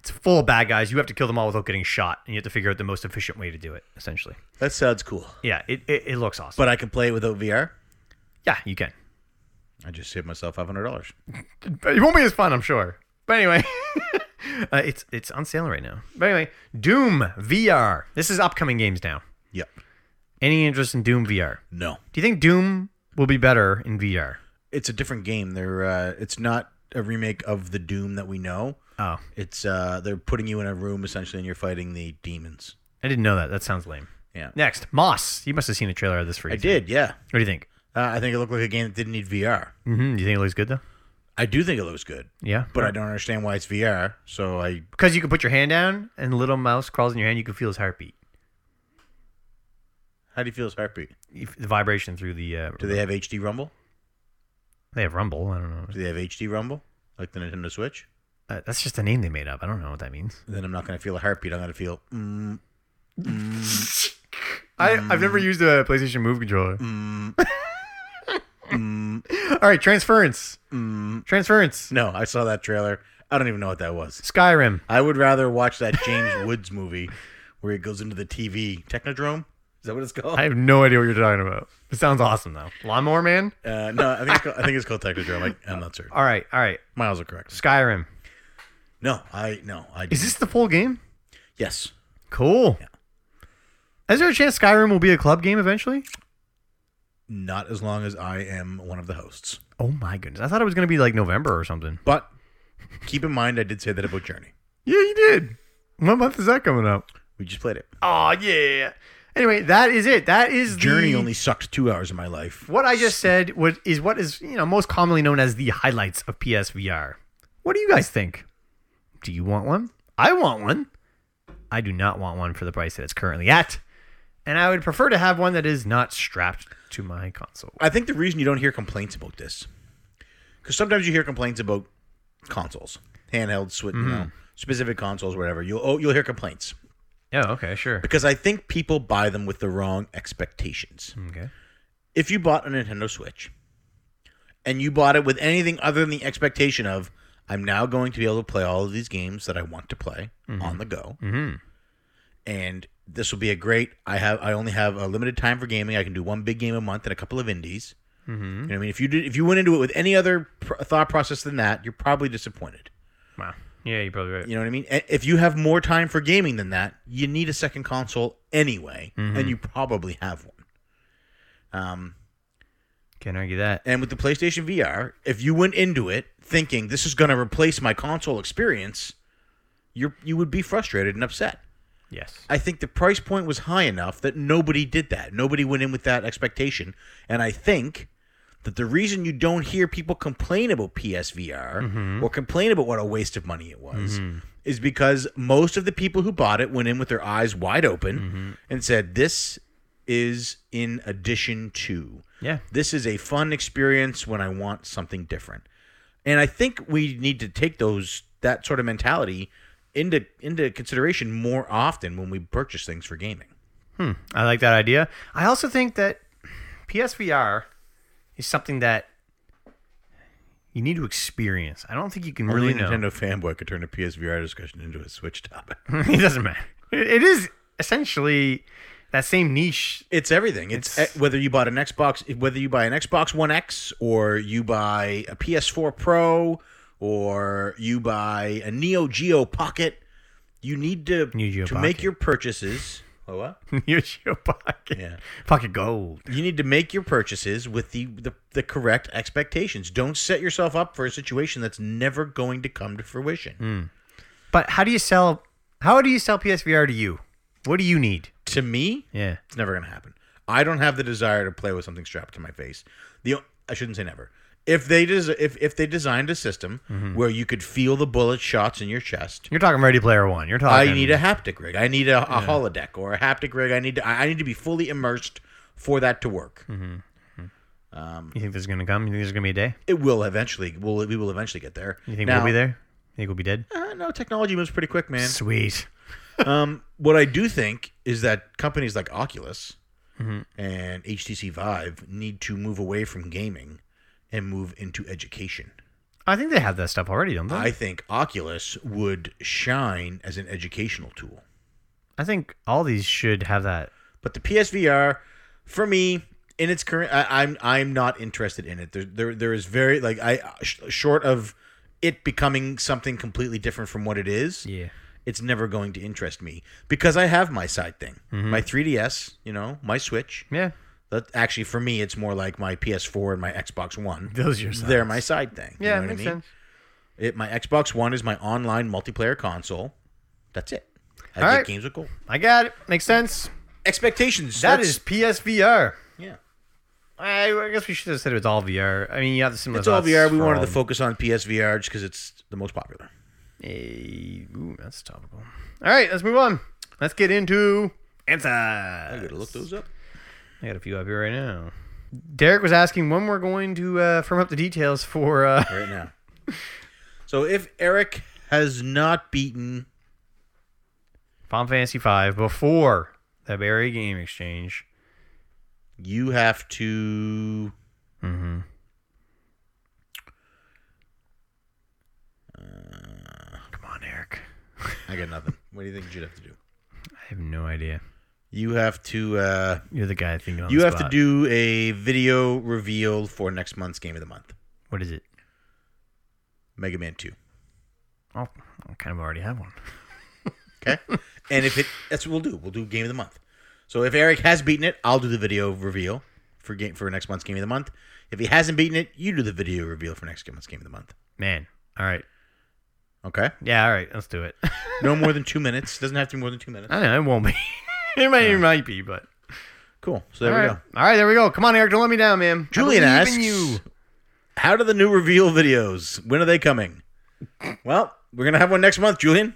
it's full of bad guys. You have to kill them all without getting shot, and you have to figure out the most efficient way to do it. Essentially, That sounds cool. yeah, it, it, it looks awesome. But I can play it without VR. yeah, you can. I just saved myself five hundred dollars. But It won't be as fun, I'm sure. But anyway, uh, it's it's on sale right now. But anyway, Doom VR. This is upcoming games now. Yep. Any interest in Doom VR? No. Do you think Doom will be better in VR? It's a different game. They're uh, it's not a remake of the Doom that we know. Oh, It's uh, they're putting you in a room essentially and you're fighting the demons. I didn't know that. That sounds lame. Yeah. Next, Moss. You must have seen a trailer of this for you. I too. did, yeah. What do you think? Uh, I think it looked like a game that didn't need VR. Mm-hmm. You think it looks good though? I do think it looks good, Yeah. but I don't understand why it's VR. So I because you can put your hand down and the little mouse crawls in your hand, you can feel his heartbeat, how do you feel his heartbeat? If- the vibration through the. Uh, Do they have HD rumble? they have rumble. I don't know. Do they have HD rumble like the Nintendo Switch? Uh, that's just a name they made up. I don't know what that means. Then I'm not going to feel a heartbeat. I'm going to feel. Mm, I, I've never used a PlayStation Move controller. All right, transference. Transference. no, I saw that trailer. I don't even know what that was. Skyrim. I would rather watch that James Woods movie where he goes into the TV Technodrome. Is that what it's called? I have no idea what you're talking about. It sounds awesome though. Lawnmower Man. Uh, no, I think it's called, I think it's called Technodrome. I, I'm not certain. All right, all right. Miles are correct. Skyrim. No, I no, I Is did. this the full game? yes. Cool. Is there a chance Skyrim will be a club game eventually? Not as long as I am one of the hosts. Oh my goodness! I thought it was gonna be like November or something. But keep in mind, I did say that about Journey. Yeah, you did. What month is that coming up? We just played it. Oh yeah. Anyway, that is it. That is the- Journey only sucked two hours of my life. What I just said was, is what is you know most commonly known as the highlights of PSVR. What do you guys think? Do you want one? I want one. I do not want one for the price that it's currently at, and I would prefer to have one that is not strapped to my console. I think the reason you don't hear complaints about this, because sometimes you hear complaints about consoles, handheld, switch, you know, specific consoles, whatever. You'll oh, you'll hear complaints Yeah. Oh, Okay. Sure. because I think people buy them with the wrong expectations. Okay. If you bought a Nintendo Switch, and you bought it with anything other than the expectation of I'm now going to be able to play all of these games that I want to play on the go, Hmm. and this will be a great. I have I only have a limited time for gaming. I can do one big game a month and a couple of indies. Hmm. You know what I mean, if you did, if you went into it with any other pr- thought process than that, you're probably disappointed. Wow. Yeah, you're probably right. You know what I mean? A- If you have more time for gaming than that, you need a second console anyway, Mm-hmm. and you probably have one. Um, Can't argue that. and with the PlayStation VR, if you went into it thinking this is going to replace my console experience, you you would be frustrated and upset. Yes. I think the price point was high enough that nobody did that. Nobody went in with that expectation. And I think that the reason you don't hear people complain about PSVR or complain about what a waste of money it was is because most of the people who bought it went in with their eyes wide open and said, This is in addition to. Yeah. This is a fun experience when I want something different. And I think we need to take those that sort of mentality into into consideration more often when we purchase things for gaming. I like that idea. I also think that PSVR is something that you need to experience. I don't think you can really Only a know. Nintendo fanboy could turn a PSVR discussion into a Switch topic. it doesn't matter. It, it is essentially that same niche. It's everything. It's, It's- eh, whether you bought an Xbox, whether you buy an Xbox One X, or you buy a PS4 Pro, or you buy a Neo Geo Pocket. You need to Neo Geo to make Pocket. your purchases. Oh, what? Use your pocket. Yeah. Pocket gold. you need to make your purchases with the, the the correct expectations. Don't set yourself up for a situation that's never going to come to fruition. Hmm. But how do you sell? How do you sell PSVR to you? What do you need? To me, Yeah. it's never going to happen. I don't have the desire to play with something strapped to my face. The o- I shouldn't say never. If they des- if if they designed a system Mm-hmm. where you could feel the bullet shots in your chest, You're talking Ready Player One. You're talking. I need a haptic rig. I need a, a holodeck or a haptic rig. I need to, I I need to be fully immersed for that to work. Hmm. You think this is gonna come? You think there's gonna be a day? It will eventually. Will we will eventually get there. You think Now- we'll be there? You think we'll be dead? Uh, no, technology moves pretty quick, man. Sweet. Um, what I do think is that companies like Oculus and HTC Vive need to move away from gaming and move into education. I think they have that stuff already, don't they? I think Oculus would shine as an educational tool. I think all these should have that. But the PSVR, for me, in its current, I, I'm I'm not interested in it. There, there, there is very like I sh- short of it becoming something completely different from what it is. Yeah. it's never going to interest me because I have my side thing, Mm-hmm. my 3DS, you know, my Switch. Yeah. That actually for me, it's more like my PS4 and my Xbox One. Those are your They're my side thing. you Yeah, know what I makes mean? sense. It, my Xbox One is my online multiplayer console. That's it. I All get right. games with gold. I got it. Makes sense. Expectations. That that's- is PSVR. yeah. I, I guess we should have said it was all VR. I mean, you have the similar. It's all thoughts VR. We for wanted all- to focus on PSVR just because it's the most popular. Eh, ooh, that's topical. All right, let's move on. Let's get into answers. I gotta look those up. I got a few up here right now. Derek was asking when we're going to uh, firm up the details for. Uh, right now. So if Eric has not beaten. Final Fantasy V before the Barry Game Exchange. You have to. Mm-hmm. Uh, Come on, Eric. I got nothing. What do you think you'd have to do? I have no idea. You have to. Uh, You're the guy thinking. On you the have to spot. do a video reveal for next month's game of the month, What is it? Mega Man Two. Oh, I kind of already have one. Okay. and if it, that's what we'll do. We'll do game of the month. So if Eric has beaten it, I'll do the video reveal for game for next month's game of the month. If he hasn't beaten it, you do the video reveal for next month's game of the month. Man. All right. Okay. Yeah. All right. Let's do it. No more than two minutes. Doesn't have to be more than two minutes. I don't know. It won't be. it might. It might be. But Cool. So there all we right. go. All right. There we go. Come on, Eric. Don't let me down, man. I Julian believe asks, in you. "How do the new reveal videos? When are they coming?" well, we're gonna have one next month, Julian.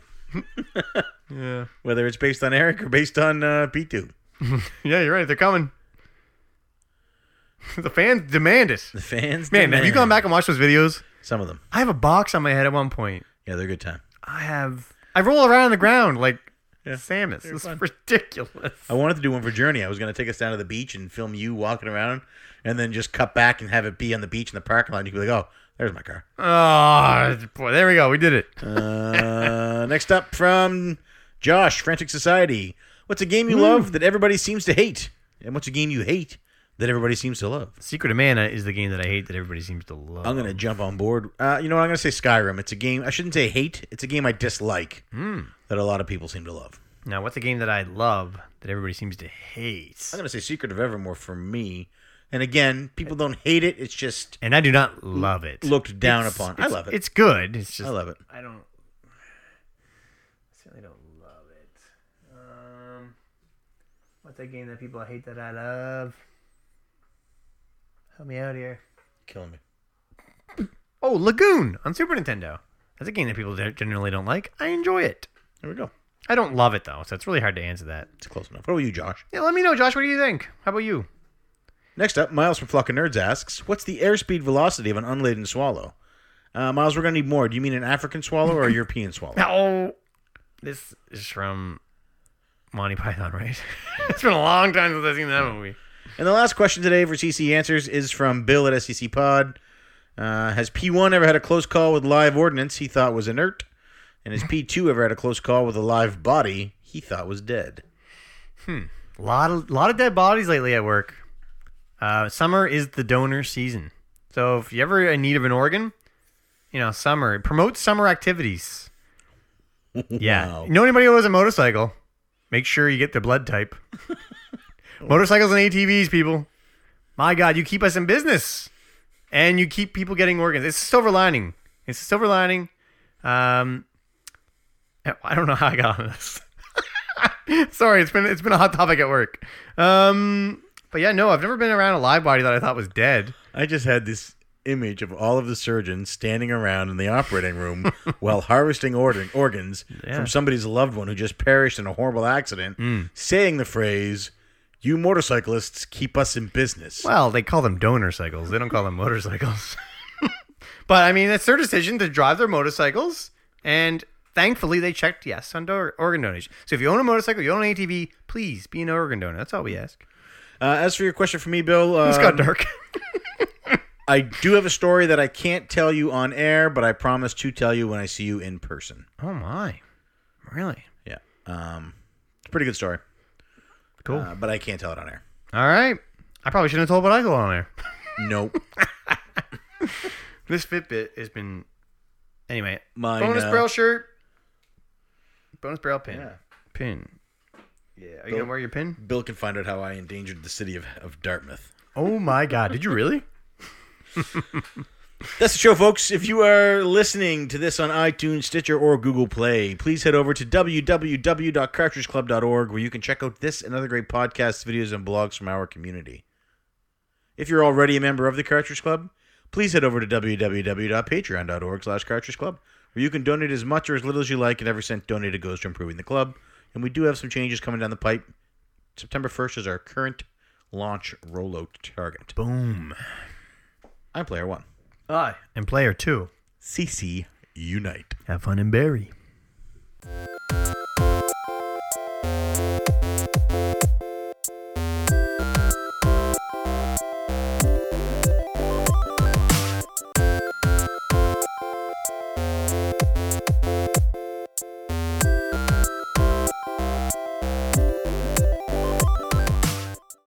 Yeah. Whether it's based on Eric or based on uh, P2, Yeah. You're right. They're coming. the fans demand it. the fans. Man, have you demand gone back and watched those videos? Some of them. I have a box on my head at one point. Yeah, they're a good time. I have. I roll around on the ground like Yeah, Samus. they're It's fun. ridiculous. I wanted to do one for Journey. I was going to take us down to the beach and film you walking around and then just cut back and have it be on the beach in the parking lot. And you'd be like, oh, there's my car. Oh boy, there we go. We did it. Uh, next up from Josh, Frantic Society. What's a game you love that everybody seems to hate? And what's a game you hate that everybody seems to love? Secret of Mana is the game that I hate that everybody seems to love. I'm going to jump on board. Uh, you know what? I'm going to say Skyrim. It's a game, I shouldn't say hate, it's a game I dislike Hmm. that a lot of people seem to love. Now, what's a game that I love that everybody seems to hate? I'm going to say Secret of Evermore for me. And again, people don't hate it. It's just And I do not love it. looked down It's- upon. I it's- love it. It's good. It's just I love it. I don't. I certainly don't love it. Um, what's that game that people hate that I love? Help me out here. Killing me. Oh, Lagoon on Super Nintendo. That's a game that people gen- generally don't like. I enjoy it. There we go. I don't love it though, so it's really hard to answer that. It's close enough. What about you, Josh? Yeah, let me know, Josh. What do you think? How about you? Next up, Miles from Flock of Nerds asks, "What's the airspeed velocity of an unladen swallow?" Uh, Miles, we're gonna need more. Do you mean an African swallow or a European swallow? No, this is from Monty Python, right? it's been a long time since I've seen that movie. And the last question today for CC Answers is from Bill at SEC Pod. Uh, has P1 ever had a close call with live ordnance he thought was inert? And has P2 ever had a close call with a live body he thought was dead? A lot of lot of dead bodies lately at work. Uh, summer is the donor season, so if you're ever in need of an organ, you know, summer promote summer activities. Yeah, Wow. you know anybody who has a motorcycle, make sure you get their blood type. Motorcycles and ATVs, people. My God, you keep us in business, and you keep people getting organs. It's a silver lining. It's a silver lining. Um, I don't know how I got on this. Sorry, it's been it's been a hot topic at work. Um, but yeah, no, I've never been around a live body that I thought was dead. I just had this image of all of the surgeons standing around in the operating room while harvesting organ- organs Yeah. Mm. from somebody's loved one who just perished in a horrible accident, saying the phrase, You motorcyclists keep us in business. Well, they call them donor cycles. They don't call them motorcycles. but I mean, it's their decision to drive their motorcycles, and thankfully they checked yes on do- organ donation. So if you own a motorcycle, you own an ATV, please be an organ donor. That's all we ask. Uh, as for your question for me, Bill, It's uh, got dark. I do have a story that I can't tell you on air, but I promise to tell you when I see you in person. oh my, really? Yeah. Um, it's a pretty good story, Cool. uh, but I can't tell it on air. all right. I probably shouldn't have told what I go on there. Nope. This Fitbit has been. Anyway, Mine, bonus uh, braille shirt, bonus braille pin, Yeah. pin. Yeah, are you gonna wear your pin? Bill can find out how I endangered the city of, of Dartmouth. Oh my god, did you really? That's the show, folks. If you are listening to this on iTunes, Stitcher, or Google Play, please head over to www.cartridgeclub.org where you can check out this and other great podcasts, videos, and blogs from our community. If you're already a member of the Cartridge Club, please head over to www.patreon.org slash cartridge club where you can donate as much or as little as you like and every cent donated goes to improving the club. And we do have some changes coming down the pipe. September 1st is our current launch rollout target. Boom. I'm player one. I and player two. CC unite. Have fun in Barry.